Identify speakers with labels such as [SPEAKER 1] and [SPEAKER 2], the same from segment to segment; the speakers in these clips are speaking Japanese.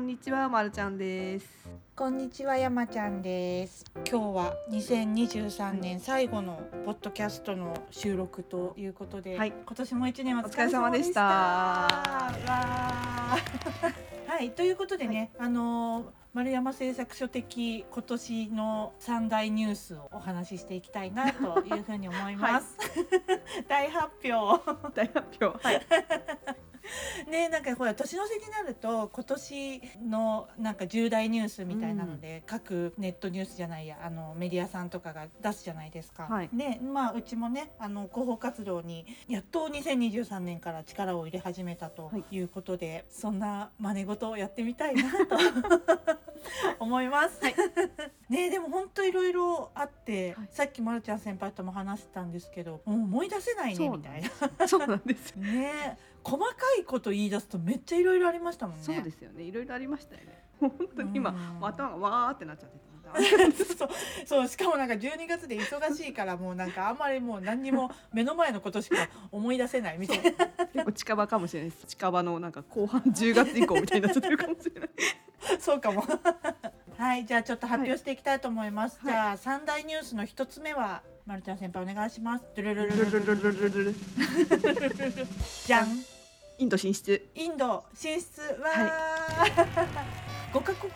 [SPEAKER 1] にちは、まるちゃんです。
[SPEAKER 2] こんにちは山ちゃんです今日は2023年最後のポッドキャストの収録ということで、
[SPEAKER 1] はい
[SPEAKER 2] 今年も一年お
[SPEAKER 1] お疲れ様でした
[SPEAKER 2] わーはいということでね、あのー丸山製作所的今年の三大ニュースをお話ししていきたいなというふうに思います、 大発表
[SPEAKER 1] 大発表。はい。
[SPEAKER 2] ねなんかほら年の瀬になると今年のなんか重大ニュースみたいなので、各ネットニュースじゃないやあのメディアさんとかが出すじゃないですか。
[SPEAKER 1] はい
[SPEAKER 2] でまあうちもねあの広報活動にやっと2023年から力を入れ始めたということで、そんな真似事をやってみたいな と思います。
[SPEAKER 1] はい
[SPEAKER 2] ねでも本当いろいろあって、
[SPEAKER 1] はい
[SPEAKER 2] さっきまるちゃん先輩とも話してたんですけどもう思い出せない
[SPEAKER 1] そ
[SPEAKER 2] ね
[SPEAKER 1] うなん
[SPEAKER 2] みたいな。
[SPEAKER 1] そうなんですよ。
[SPEAKER 2] ねえ細かいこと言い出すとめっちゃいろいろありましたもんね。
[SPEAKER 1] そうですよね。いろいろありましたよね。もう本当に今、
[SPEAKER 2] うん
[SPEAKER 1] もう頭がわーってなっちゃってた。
[SPEAKER 2] そうそうしかもなんか12月で忙しいからもうなんかあんまりもう何にも目の前のことしか思い出せないみたいな
[SPEAKER 1] 結構近場かもしれないです。近場のなんか後半10月以降みたいになっちゃってるかもしれない。
[SPEAKER 2] そうかも はいじゃあちょっと発表していきたいと思います、
[SPEAKER 1] はい
[SPEAKER 2] じゃあ三大ニュースの一つ目はまるちゃん先輩お願いしますドゥルルルルルルルじゃん
[SPEAKER 1] インド進出。
[SPEAKER 2] インド進出は、5カ国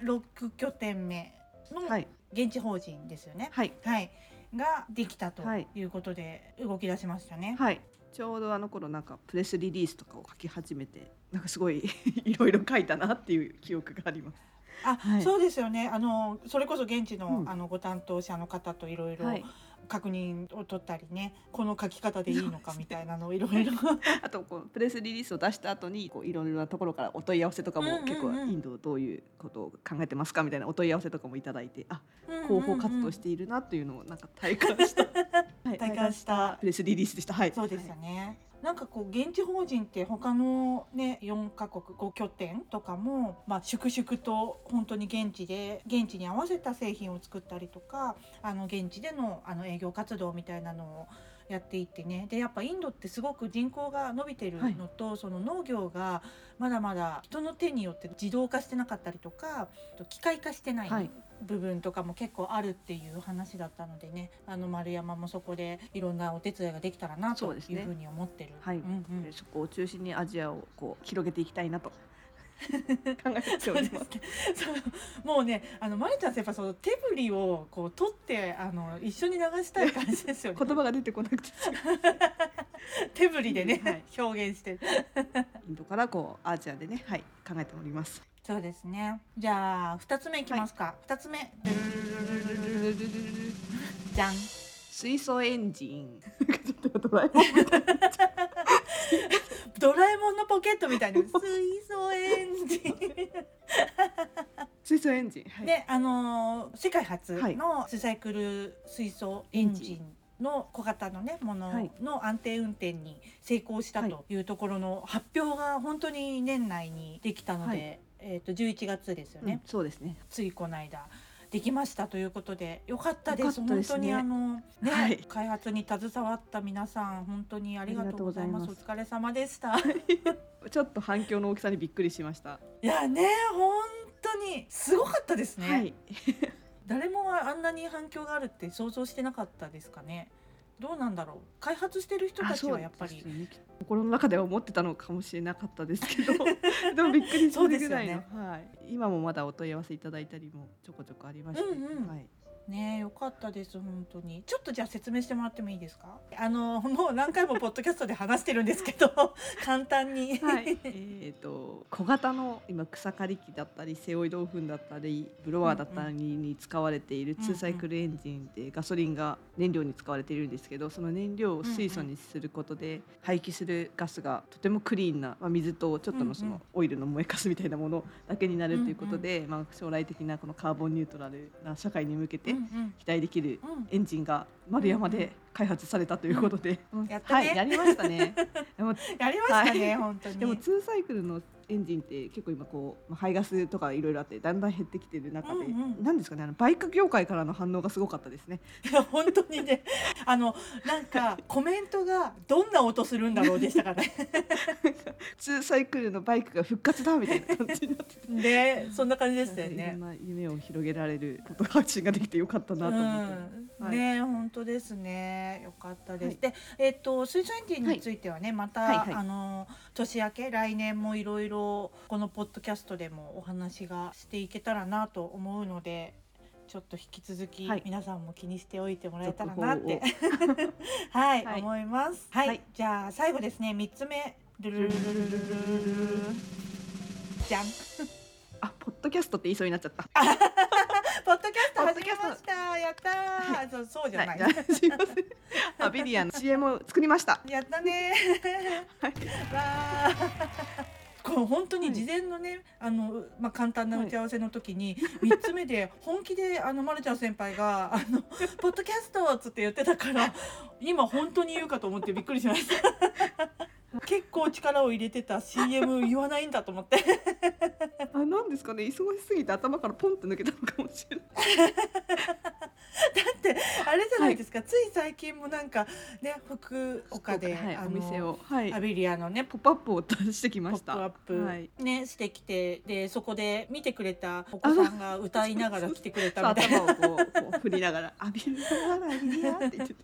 [SPEAKER 2] 目6拠点目の
[SPEAKER 1] はい。
[SPEAKER 2] 現地法人ですよね、
[SPEAKER 1] はい。
[SPEAKER 2] はい、ができたと
[SPEAKER 1] はい
[SPEAKER 2] いうことで動き出しましたね。
[SPEAKER 1] はい。ちょうどあの頃なんかプレスリリースとかを書き始めてなんかすごいいろいろ書いたなっていう記憶があります。
[SPEAKER 2] あ、
[SPEAKER 1] はい
[SPEAKER 2] そうですよね。あのそれこそ現地の、
[SPEAKER 1] うん
[SPEAKER 2] あのご担当者の方といろいろ
[SPEAKER 1] はい
[SPEAKER 2] 確認を取ったりね、この書き方でいいのかみたいなのをいろいろ
[SPEAKER 1] あとこうプレスリリースを出した後にこういろいろなところからお問い合わせとか
[SPEAKER 2] うんうん
[SPEAKER 1] も
[SPEAKER 2] うん
[SPEAKER 1] 結構インドどういうことを考えてますかみたいなお問い合わせとかもいただいてあ広報活動しているなっていうのをなんか体感 した、はい
[SPEAKER 2] 体感した
[SPEAKER 1] プ。レスリリースでしたはい
[SPEAKER 2] そうですよね。なんかこう現地法人って他のね4カ国5拠点とかもまあ粛々と本当に現地で現地に合わせた製品を作ったりとかあの現地でのあの営業活動みたいなのをやっていってねでやっぱインドってすごく人口が伸びてるのと、その農業がまだまだ人の手によって自動化してなかったりとかあと機械化してない、
[SPEAKER 1] はい
[SPEAKER 2] 部分とかも結構あるっていう話だったのでねあの丸山もそこでいろんなお手伝いができたらな
[SPEAKER 1] そ
[SPEAKER 2] と
[SPEAKER 1] う
[SPEAKER 2] い
[SPEAKER 1] ですね
[SPEAKER 2] うふうに思ってる。
[SPEAKER 1] はい
[SPEAKER 2] うんうん
[SPEAKER 1] そこを中心にアジアをこう広げていきたいな と考えて
[SPEAKER 2] そ
[SPEAKER 1] お
[SPEAKER 2] うで
[SPEAKER 1] り
[SPEAKER 2] すね
[SPEAKER 1] ます。
[SPEAKER 2] そうもうねあのマリちゃん先輩その手振りをこう取ってあの一緒に流したい感じで すよね
[SPEAKER 1] 言葉が出てこなくて
[SPEAKER 2] 手振りでね、
[SPEAKER 1] はい
[SPEAKER 2] 表現してる
[SPEAKER 1] インドからこうアジアでねはい考えており ます。
[SPEAKER 2] そうですねじゃあ2つ目いきますか、二2つ目じゃん
[SPEAKER 1] 水素エンジ ンちょっと待って
[SPEAKER 2] ドラえもんのポケット みたいな水素エンジン
[SPEAKER 1] 水素エンジンはい
[SPEAKER 2] で、あのー世界初
[SPEAKER 1] はい
[SPEAKER 2] のリサイクル水素エンジンの小型のねも
[SPEAKER 1] はい
[SPEAKER 2] のの安定運転に成功したというところの発表が本当に年内にできたので、
[SPEAKER 1] はい
[SPEAKER 2] えっ、と11月ですよ
[SPEAKER 1] う
[SPEAKER 2] ね、
[SPEAKER 1] んそうですね。
[SPEAKER 2] ついこの間できましたということでよかったです
[SPEAKER 1] よかったですね
[SPEAKER 2] 本当にあのね、
[SPEAKER 1] はい
[SPEAKER 2] 開発に携わった皆さん本当にありがとうございます
[SPEAKER 1] ありがと
[SPEAKER 2] お疲れ様でした。
[SPEAKER 1] ちょっと反響の大きさにびっくりしました。
[SPEAKER 2] いやね本当にすごかったですね。
[SPEAKER 1] はい。
[SPEAKER 2] 誰もがあんなに反響があるって想像してなかったですかねどうなんだろう開発してる人たちはやっぱ
[SPEAKER 1] あそ
[SPEAKER 2] り
[SPEAKER 1] うですよね心の中では思ってたのかもしれなかったですけ どでもびっくりするぐらいの、
[SPEAKER 2] そうで
[SPEAKER 1] はい、今もまだお問い合わせいただいたりもちょこちょこありまして、
[SPEAKER 2] うんうん
[SPEAKER 1] はい、
[SPEAKER 2] ねえよかったです本当にちょっとじゃあ説明してもらってもいいですかあのもう何回もポッドキャストで話してるんですけど 簡単に
[SPEAKER 1] はい、 えっと小型の今草刈り機だったりセオイドオフンだったりブロワーだったりに使われている
[SPEAKER 2] うんうん
[SPEAKER 1] ツーサイクルエンジンでガソリンが燃料に使われているんですけどその燃料を水素にすることで排気するガスがとてもクリーンな、まあ、水とちょっとのそ
[SPEAKER 2] うんう
[SPEAKER 1] の
[SPEAKER 2] ん
[SPEAKER 1] オイルの燃えかすみたいなものだけになるということで、まあ、将来的なこのカーボンニュートラルな社会に向け
[SPEAKER 2] う
[SPEAKER 1] て
[SPEAKER 2] んうん
[SPEAKER 1] 期待できる
[SPEAKER 2] うん
[SPEAKER 1] エンジンが丸山
[SPEAKER 2] うんう
[SPEAKER 1] で
[SPEAKER 2] ん
[SPEAKER 1] 開発されたということで、
[SPEAKER 2] やった
[SPEAKER 1] は
[SPEAKER 2] ね
[SPEAKER 1] いやりましたね。でも
[SPEAKER 2] やりましたね、
[SPEAKER 1] はい
[SPEAKER 2] 本当に
[SPEAKER 1] でもツーサイクルのエンジンって結構今こうまあ排ガスとかいろいろあってだんだん減ってきてる中で、
[SPEAKER 2] うんうん
[SPEAKER 1] なんですかねあのバイク業界からの反応がすごかったですね。
[SPEAKER 2] いや 本当にね あのなんかコメントがどんな音するんだろうでしたからね
[SPEAKER 1] ツーサイクルのバイクが復活だみたいな感じになってて
[SPEAKER 2] ねそんな感じでしたよ
[SPEAKER 1] いろ
[SPEAKER 2] ね
[SPEAKER 1] ん。な夢を広げられること発信ができてよかったなと思って、
[SPEAKER 2] うん、
[SPEAKER 1] はい
[SPEAKER 2] ね、本当ですね。よかったです。
[SPEAKER 1] はい
[SPEAKER 2] で、えっ、と、水準人についてはね、また、
[SPEAKER 1] はいはい
[SPEAKER 2] あの、年明け、来年もいろいろ。このポッドキャストでも、お話がしていけたらなと思うので。ちょっと引き続き、
[SPEAKER 1] はい
[SPEAKER 2] 皆さんも気にしておいてもらえたらなって。はい、
[SPEAKER 1] はい
[SPEAKER 2] 思います。はい、
[SPEAKER 1] はい
[SPEAKER 2] じゃあ、最後ですね、三つ目。ルルルルルルルルルじゃん。
[SPEAKER 1] あポッドキャストって言いそうになっちゃった
[SPEAKER 2] ポッドキャス
[SPEAKER 1] ポ
[SPEAKER 2] ト
[SPEAKER 1] ッ
[SPEAKER 2] 始
[SPEAKER 1] ドキ
[SPEAKER 2] め
[SPEAKER 1] ャスト
[SPEAKER 2] ました。やったー、そう、そうじゃな。
[SPEAKER 1] はいい、じゃあすいませんアビリアの CM を作りました
[SPEAKER 2] やったね
[SPEAKER 1] はい
[SPEAKER 2] ー。わーこう本当に事前のね、あのまあ簡単な打ち合わせの時に三、つ目で本気であのまるちゃん先輩があのポッドキャストっつって言ってたから今本当に言うかと思ってびっくりしました。結構力を入れてた CM 言わないんだと思って。
[SPEAKER 1] あなんですかね忙しすぎて頭からポンって抜けたのかもしれない
[SPEAKER 2] あれじゃないですか、つい最近もなんかね福岡で、
[SPEAKER 1] はい
[SPEAKER 2] あの
[SPEAKER 1] お店をはい
[SPEAKER 2] アビリアのね
[SPEAKER 1] ポップアップを出してきま
[SPEAKER 2] ポッ
[SPEAKER 1] し
[SPEAKER 2] プ
[SPEAKER 1] た
[SPEAKER 2] アップ、
[SPEAKER 1] はい
[SPEAKER 2] ねしてきてでそこで見てくれたお子さんが歌いながら来てくれたみたいな
[SPEAKER 1] 頭をこうこう振りなが ら「アビリアアビリア」って言って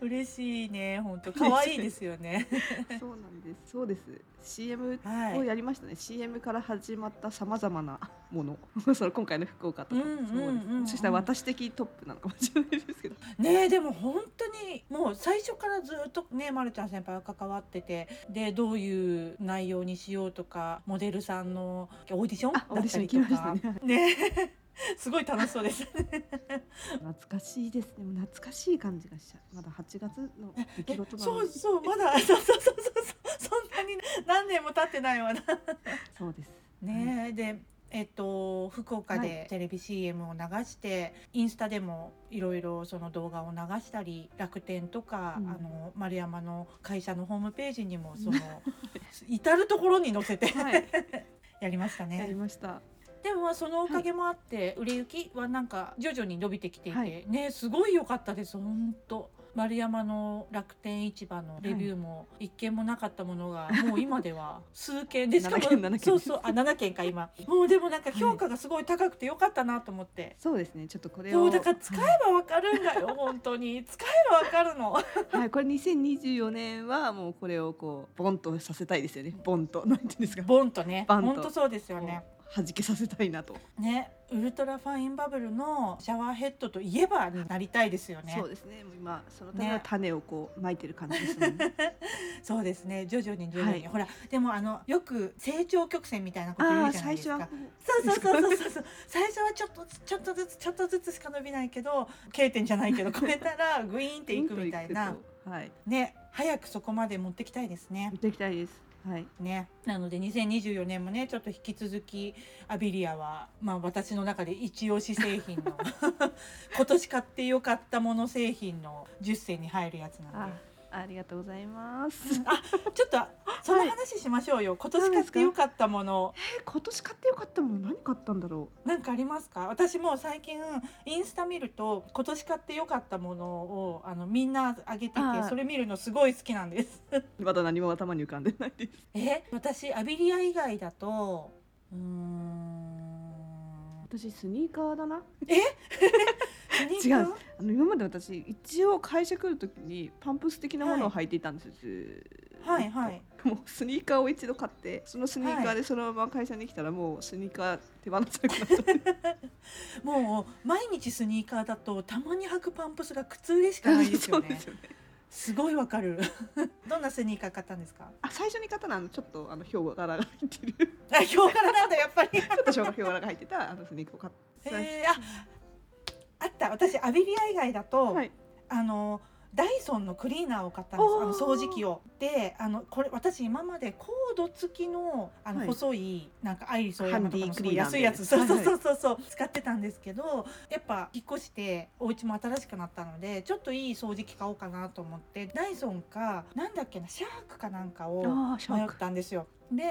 [SPEAKER 2] 嬉しいね本当可愛いですよね。
[SPEAKER 1] たそうなんですそうです CM
[SPEAKER 2] はい
[SPEAKER 1] を。やりましたね、CM から始まったさまざまなもの その今回の福岡とかもそうです、
[SPEAKER 2] うんうんうんうん
[SPEAKER 1] もしかしたら私的トップなのかもしれないです けど
[SPEAKER 2] ねえでも本当にもう最初からずっとねまるちゃん先輩は関わっててでどういう内容にしようとかモデルさんのオーディションだ
[SPEAKER 1] あオーデ
[SPEAKER 2] っ
[SPEAKER 1] ィシ
[SPEAKER 2] た
[SPEAKER 1] ョン行
[SPEAKER 2] り
[SPEAKER 1] き
[SPEAKER 2] と
[SPEAKER 1] まし
[SPEAKER 2] か
[SPEAKER 1] たね
[SPEAKER 2] ね えすごい楽しそ うですね。
[SPEAKER 1] 懐かしいですね懐かしい感じがしちゃうまだ8月の出来事な
[SPEAKER 2] そ
[SPEAKER 1] の
[SPEAKER 2] う
[SPEAKER 1] で
[SPEAKER 2] そうまだそうそうそうそうそうそんなに何年も経ってないわな。
[SPEAKER 1] そうです
[SPEAKER 2] ねえでえっと福岡
[SPEAKER 1] は
[SPEAKER 2] でテレビ CM を流して、インスタでもいろいろその動画を流したり楽天とか、
[SPEAKER 1] うん
[SPEAKER 2] あの丸山の会社のホームページにも その至る所に載せて
[SPEAKER 1] はい
[SPEAKER 2] やりました
[SPEAKER 1] やり
[SPEAKER 2] ね。
[SPEAKER 1] ました
[SPEAKER 2] でもまあそのおかげもあって、売れ行きはなんか徐々に伸びてきていて、
[SPEAKER 1] はい
[SPEAKER 2] ねすごい良かったです本当。丸山の楽天市場のレビューも一件もなかったもの が、もう今では数件でしかも
[SPEAKER 1] 7件7件
[SPEAKER 2] そうそうあ7件か今もうでもなんか評価がすごい高くて良かったなと思って、
[SPEAKER 1] そうですねちょっとこれを
[SPEAKER 2] そうだから使えばわかるんだよ本当に使えばわかるの
[SPEAKER 1] はい、これ2024年はもうこれをこうボンとさせたいですよね。ボンとなんていうんですか。
[SPEAKER 2] ボンとね
[SPEAKER 1] バンと
[SPEAKER 2] 本当そうですよね
[SPEAKER 1] 弾けさせたいなと。
[SPEAKER 2] ねウルトラファインバブルのシャワーヘッドといえばになりたいですよね
[SPEAKER 1] そうですね。もう今そのため
[SPEAKER 2] ね
[SPEAKER 1] の種をこう撒いてる感じですも んね。
[SPEAKER 2] そうですね徐々に徐々に、
[SPEAKER 1] はい
[SPEAKER 2] ほらでもあのよく成長曲線みたいなこと言
[SPEAKER 1] あ
[SPEAKER 2] う
[SPEAKER 1] あ
[SPEAKER 2] じゃない
[SPEAKER 1] 最
[SPEAKER 2] です
[SPEAKER 1] 初
[SPEAKER 2] か
[SPEAKER 1] は
[SPEAKER 2] そうそうそうそうそうそう最初はちょっとずつちょっとずつちょっとずつしか伸びないけど経点じゃな いけど超えたらグイーンっていくみたいな。
[SPEAKER 1] はい。
[SPEAKER 2] ね早くそこまで持ってきたいですね
[SPEAKER 1] 見。ていきたいです。はい。
[SPEAKER 2] ね、なので2024年もねちょっと引き続きアビリアは、まあ、私の中で一押し製 品の今年買ってよかったもの製品の10選に入るやつなの
[SPEAKER 1] あ
[SPEAKER 2] で
[SPEAKER 1] ありがとうございます。
[SPEAKER 2] ちょっとその話しましょうよ、今年買ってよかったもの
[SPEAKER 1] え今年買ってよかったもの何買ったんだろ
[SPEAKER 2] なんかありますか私もう最近インスタ見ると今年買ってよかったものをあのみんなあげてて
[SPEAKER 1] あー
[SPEAKER 2] それ見るのすごい好きなんです。
[SPEAKER 1] う。まだ何も頭に浮かんでないです。
[SPEAKER 2] え私アビリア以外だとうーん
[SPEAKER 1] 私スニーカーだな。
[SPEAKER 2] スニーカ
[SPEAKER 1] 違
[SPEAKER 2] ー
[SPEAKER 1] うあの今まで私一応会社来るときにパンプス的なものを履いていたんですよ。ずーっと
[SPEAKER 2] はいはい。
[SPEAKER 1] もうスニーカーを一度買ってそのスニーカー
[SPEAKER 2] はい
[SPEAKER 1] でそのまま会社に来たらもうスニーカー手放せなくなった、
[SPEAKER 2] もう毎日スニーカーだとたまに履くパンプスが靴上 しかないです
[SPEAKER 1] そ
[SPEAKER 2] よ
[SPEAKER 1] うで
[SPEAKER 2] ね
[SPEAKER 1] すよね
[SPEAKER 2] すごいわかる どんなスニーカー買ったんですか
[SPEAKER 1] あ最初に買ったのはあのちょっとあのヒョウ柄が入 ってる
[SPEAKER 2] あヒョウ柄なんだやっぱり
[SPEAKER 1] ちょっとヒョウ柄が入ってたあのスニーカーを買って、
[SPEAKER 2] えー、ああった私アビリア以外だと、
[SPEAKER 1] はい
[SPEAKER 2] あのダイソンのクリーナーを買ったんです
[SPEAKER 1] おー
[SPEAKER 2] あの掃除機をであのこれ私今までコード付きのあの
[SPEAKER 1] はい
[SPEAKER 2] 細い、なんかアイリスオーヤマとか
[SPEAKER 1] ハンディ
[SPEAKER 2] のす
[SPEAKER 1] ク
[SPEAKER 2] ご
[SPEAKER 1] リ
[SPEAKER 2] い
[SPEAKER 1] ーナー
[SPEAKER 2] 安
[SPEAKER 1] み
[SPEAKER 2] い
[SPEAKER 1] たい
[SPEAKER 2] や
[SPEAKER 1] な
[SPEAKER 2] つそうそう
[SPEAKER 1] はい
[SPEAKER 2] そ
[SPEAKER 1] は
[SPEAKER 2] うそう、使ってたんですけどやっぱ引っ越してお家も新しくなったのでちょっといい掃除機買おうかなと思ってダイソンかなんだっけなシャークかなんかを
[SPEAKER 1] あーシャ
[SPEAKER 2] 迷
[SPEAKER 1] ー
[SPEAKER 2] っ
[SPEAKER 1] ク
[SPEAKER 2] たんですよで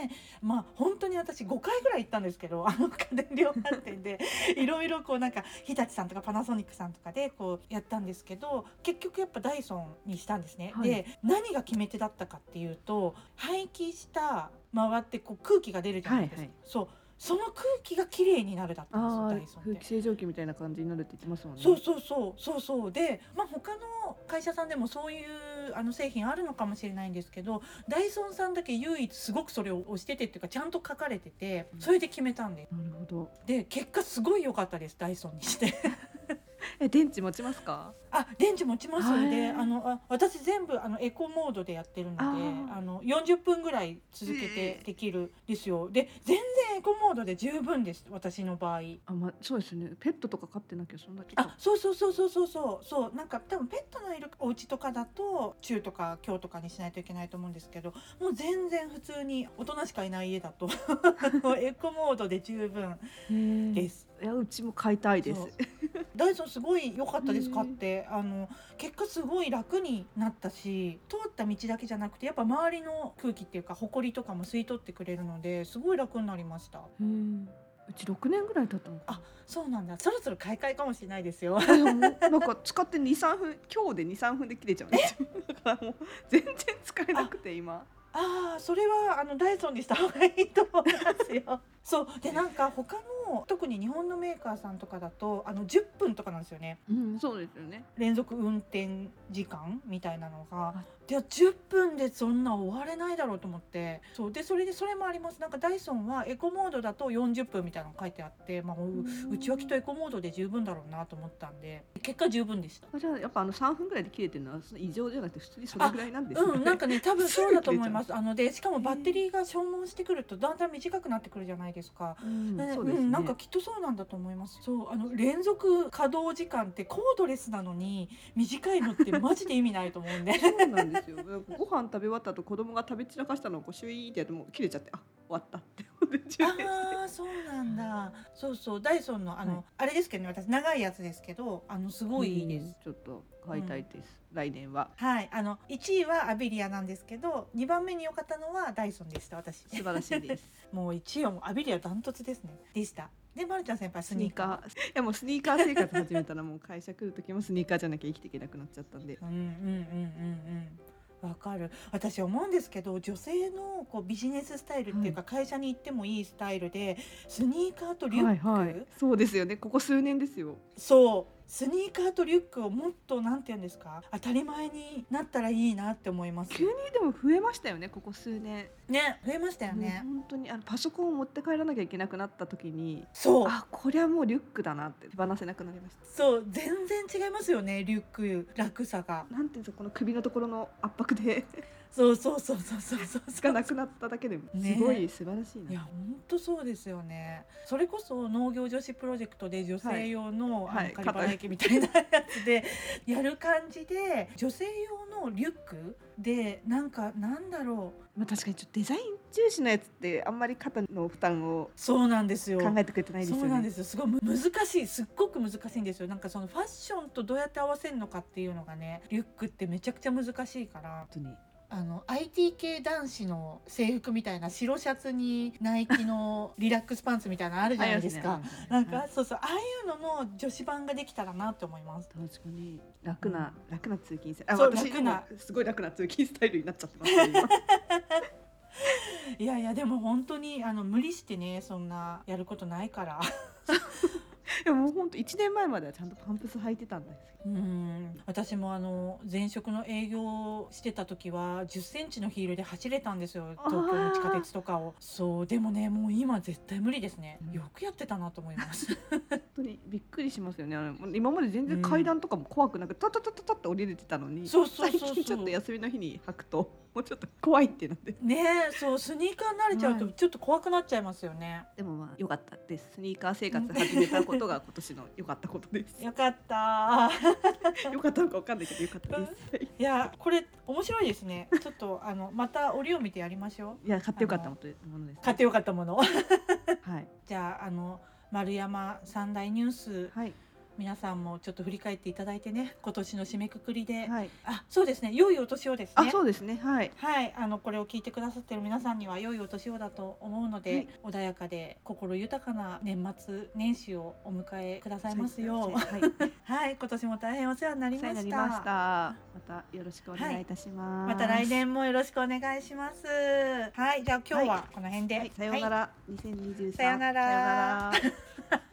[SPEAKER 2] まあ本当に私5回ぐらい行ったんですけどあの家電量販店で いろいろこうなんか日立さんとかパナソニックさんとかでこうやったんですけど結局やっぱダイソンにしたんですね。
[SPEAKER 1] はい
[SPEAKER 2] で何が決め手だったかっていうと排気した回ってこう空気が出るじゃないですか。
[SPEAKER 1] はいはい
[SPEAKER 2] そうその空気が綺麗になるだったんですよ
[SPEAKER 1] あ
[SPEAKER 2] ダイ
[SPEAKER 1] あ
[SPEAKER 2] ソンって
[SPEAKER 1] 空気清浄機みたいな感じになるって言ってますもんね
[SPEAKER 2] そうそうそうそうそうでまあ他の会社さんでもそういうあの製品あるのかもしれないんですけどダイソンさんだけ唯一すごくそれを推しててっていうかちゃんと書かれててそれで決めたんで
[SPEAKER 1] なるほど
[SPEAKER 2] で結果すごい良かったですダイソンにして
[SPEAKER 1] え電池持ちますか
[SPEAKER 2] あ電池持ちますん
[SPEAKER 1] へ
[SPEAKER 2] で
[SPEAKER 1] ー
[SPEAKER 2] あのあ私全部あのエコモードでやってるので
[SPEAKER 1] あ
[SPEAKER 2] あ
[SPEAKER 1] ー
[SPEAKER 2] の40分ぐらい続けてできるですよで全然エコモードで十分です私の場合
[SPEAKER 1] あまあそうですねペットとか飼ってなきゃそんなちょっと
[SPEAKER 2] あそうそうそうそうそうそうそうなんか多分ペットのいるお家とかだと中とか強とかにしないといけないと思うんですけどもう全然普通に大人しかいない家だと エコモードで十分
[SPEAKER 1] で
[SPEAKER 2] ですす。
[SPEAKER 1] いやうちも飼いたいです
[SPEAKER 2] そうダイソンすごい良かったで
[SPEAKER 1] へ
[SPEAKER 2] す
[SPEAKER 1] ー
[SPEAKER 2] 買ってあの結果すごい楽になったし通った道だけじゃなくてやっぱ周りの空気っていうか埃とかも吸い取ってくれるのですごい楽になりました
[SPEAKER 1] うんうち六年ぐらい経ったのかな
[SPEAKER 2] あそうなんだそろそろ買い替えかもしれないですよ
[SPEAKER 1] いやもうなんか使って二三分今日で二三分で切れちゃうんですよだからもう全然使えなくて今
[SPEAKER 2] ああそれはあのダイソンにした方がいいと思いますよ。そうでなんか他の特に日本のメーカーさんとかだとあの10分とかなんですよね
[SPEAKER 1] うんそうですよね
[SPEAKER 2] 連続運転時間みたいなのが
[SPEAKER 1] あ
[SPEAKER 2] で10分でそんな終われないだろうと思ってそうでそれでそれもありますなんかダイソンはエコモードだと40分みたいなの書いてあって、まあ、ううちはきっとエコモードで十分だろうなと思ったんで結果十分でした。
[SPEAKER 1] あじゃあやっぱあの三分ぐらいで切れてるのはその異常じゃなくて普通にそれぐらいなんですね
[SPEAKER 2] うん、なん かね多分そうだと思いますすあのでしかもバッテリーが消耗してくるとだんだん短くなってくるじゃないですか。
[SPEAKER 1] うん
[SPEAKER 2] ね
[SPEAKER 1] そうですね
[SPEAKER 2] ん、なんかきっとそうなんだと思います。そうあの連続稼働時間ってコードレスなのに短いのってマジで意味ないと思 うんで
[SPEAKER 1] そうなんですよ。なんかご飯食べ終わった後、子供が食べ散らかしたのをこうシュイーンってやってもう切れちゃって、あ、終わったって思って充電して。
[SPEAKER 2] ああそうなんだそうそうダイソンのあの、
[SPEAKER 1] はい
[SPEAKER 2] あれですけどね私長いやつですけどあのすごいいいです。
[SPEAKER 1] うん。ちょっと買いたいです。来年は
[SPEAKER 2] はいあの1位はアビリアなんですけど2番目に良かったのはダイソンでした私
[SPEAKER 1] 素晴らしいです。
[SPEAKER 2] もう1位はもうアビリアダントツですねでしたでまるちゃん先 輩
[SPEAKER 1] ス
[SPEAKER 2] スニ
[SPEAKER 1] ニー
[SPEAKER 2] ーカー
[SPEAKER 1] カー。いやもうスニーカー生活始めたらもう会社来る時もスニーカーじゃなきゃ生きていけなくなっちゃったんで。
[SPEAKER 2] うんうんうんうんうんわかる私思うんですけど女性のこうビジネススタイルっていうか会社に行ってもいいスタイルで、スニーカーとリュック、
[SPEAKER 1] はいはい。そうですよね。ここ数年ですよ。
[SPEAKER 2] そうスニーカーとリュックをもっとなんて言うんですか当たり前になったらいいなって思います
[SPEAKER 1] 急にでも増えましたよね。ここ数年。
[SPEAKER 2] ね増えましたよ
[SPEAKER 1] もう
[SPEAKER 2] ね、
[SPEAKER 1] 本当にあのパソコンを持って帰らなきゃいけなくなった時に。
[SPEAKER 2] そう
[SPEAKER 1] あ、これはもうリュックだなって手放せなくなりました。
[SPEAKER 2] そう全然違いますよねリュック楽さが
[SPEAKER 1] なんていうんですかこの首のところの圧迫で
[SPEAKER 2] そうそうそうそうそうそう
[SPEAKER 1] つかなくなっただけでもす
[SPEAKER 2] ね
[SPEAKER 1] ごい素晴らしい
[SPEAKER 2] いや
[SPEAKER 1] な。
[SPEAKER 2] 本当そうですよねそれこそ農業女子プロジェクトで女性用の,、
[SPEAKER 1] はいはい
[SPEAKER 2] あのカリバナ駅みたいなやつでやる感じで女性用のリュックでなんかなんだろう
[SPEAKER 1] まあ確かにちょっとデザイン重視のやつってあんまり肩の負担を
[SPEAKER 2] そうなんですよ
[SPEAKER 1] 考えてくれてないですよね。
[SPEAKER 2] そうなんですよすごいむ難しいすっごく難しいんですよなんかそのファッションとどうやって合わせるのかっていうのがねリュックってめちゃくちゃ難しいから
[SPEAKER 1] 本当に。
[SPEAKER 2] あの IT 系男子の制服みたいな白シャツにナイキのリラックスパンツみたいなのあるじゃないですか。
[SPEAKER 1] ありますね
[SPEAKER 2] なんか、
[SPEAKER 1] はい
[SPEAKER 2] そうそうああいうのも女子版ができたらなって思います。
[SPEAKER 1] 確かに楽な、楽な通勤スタイル。あ
[SPEAKER 2] そう
[SPEAKER 1] 私
[SPEAKER 2] 楽な
[SPEAKER 1] もすごい楽な通勤スタイルになっちゃってますね。今
[SPEAKER 2] いやいやでも本当にあの無理してねそんなやることないから。
[SPEAKER 1] でももう本当一年前まではちゃんとパンプス履いてたんですけど。
[SPEAKER 2] うん私もあの前職の営業してた時は10センチのヒールで走れたんですよ東京の地下鉄とかを。そうでもねもう今絶対無理ですね
[SPEAKER 1] う。ん
[SPEAKER 2] よくやってたなと思います。
[SPEAKER 1] 本当にびっくりしますよね。あの今まで全然階段とかも怖くなくて、タタタタタって降りれてたのに、
[SPEAKER 2] そうそうそうそう
[SPEAKER 1] 最近ちょっと休みの日に履くともうちょっと怖いってなって。
[SPEAKER 2] ねえそうスニーカーに慣れちゃうと
[SPEAKER 1] は
[SPEAKER 2] ちょっと怖くなっちゃいますよね。
[SPEAKER 1] でもまあ良かったです。スニーカー生活始めたことが今年の良かったこと です。
[SPEAKER 2] よかった。
[SPEAKER 1] 良かったのかわかんないけど良かったです。はい
[SPEAKER 2] いやこれ面白いですね。ちょっとあのまた折を見てやりましょう。
[SPEAKER 1] いや買って良かったものです。
[SPEAKER 2] 買ってよかったもの。
[SPEAKER 1] はい
[SPEAKER 2] じゃああの丸山三大ニュース
[SPEAKER 1] はい
[SPEAKER 2] 皆さんもちょっと振り返っていただいてね今年の締めくくりで、
[SPEAKER 1] はい。
[SPEAKER 2] あそうですね良いお年をですね
[SPEAKER 1] あ、そうですね。はい。
[SPEAKER 2] はい、あのこれを聞いてくださっている皆さんには良いお年をだと思うので、穏やかで心豊かな年末年始をお迎えくださいますよう。
[SPEAKER 1] はい。お
[SPEAKER 2] はい、今年も大変お世話になり
[SPEAKER 1] 世話
[SPEAKER 2] ま
[SPEAKER 1] にな
[SPEAKER 2] し
[SPEAKER 1] り
[SPEAKER 2] た。
[SPEAKER 1] ました。またよろしくお願いいたします。
[SPEAKER 2] また来。年もよろしくお願いします。はい、じゃあ今日ははこの辺で。
[SPEAKER 1] はい。さような
[SPEAKER 2] は
[SPEAKER 1] ら。2023。
[SPEAKER 2] さようなら
[SPEAKER 1] さようなら。
[SPEAKER 2] い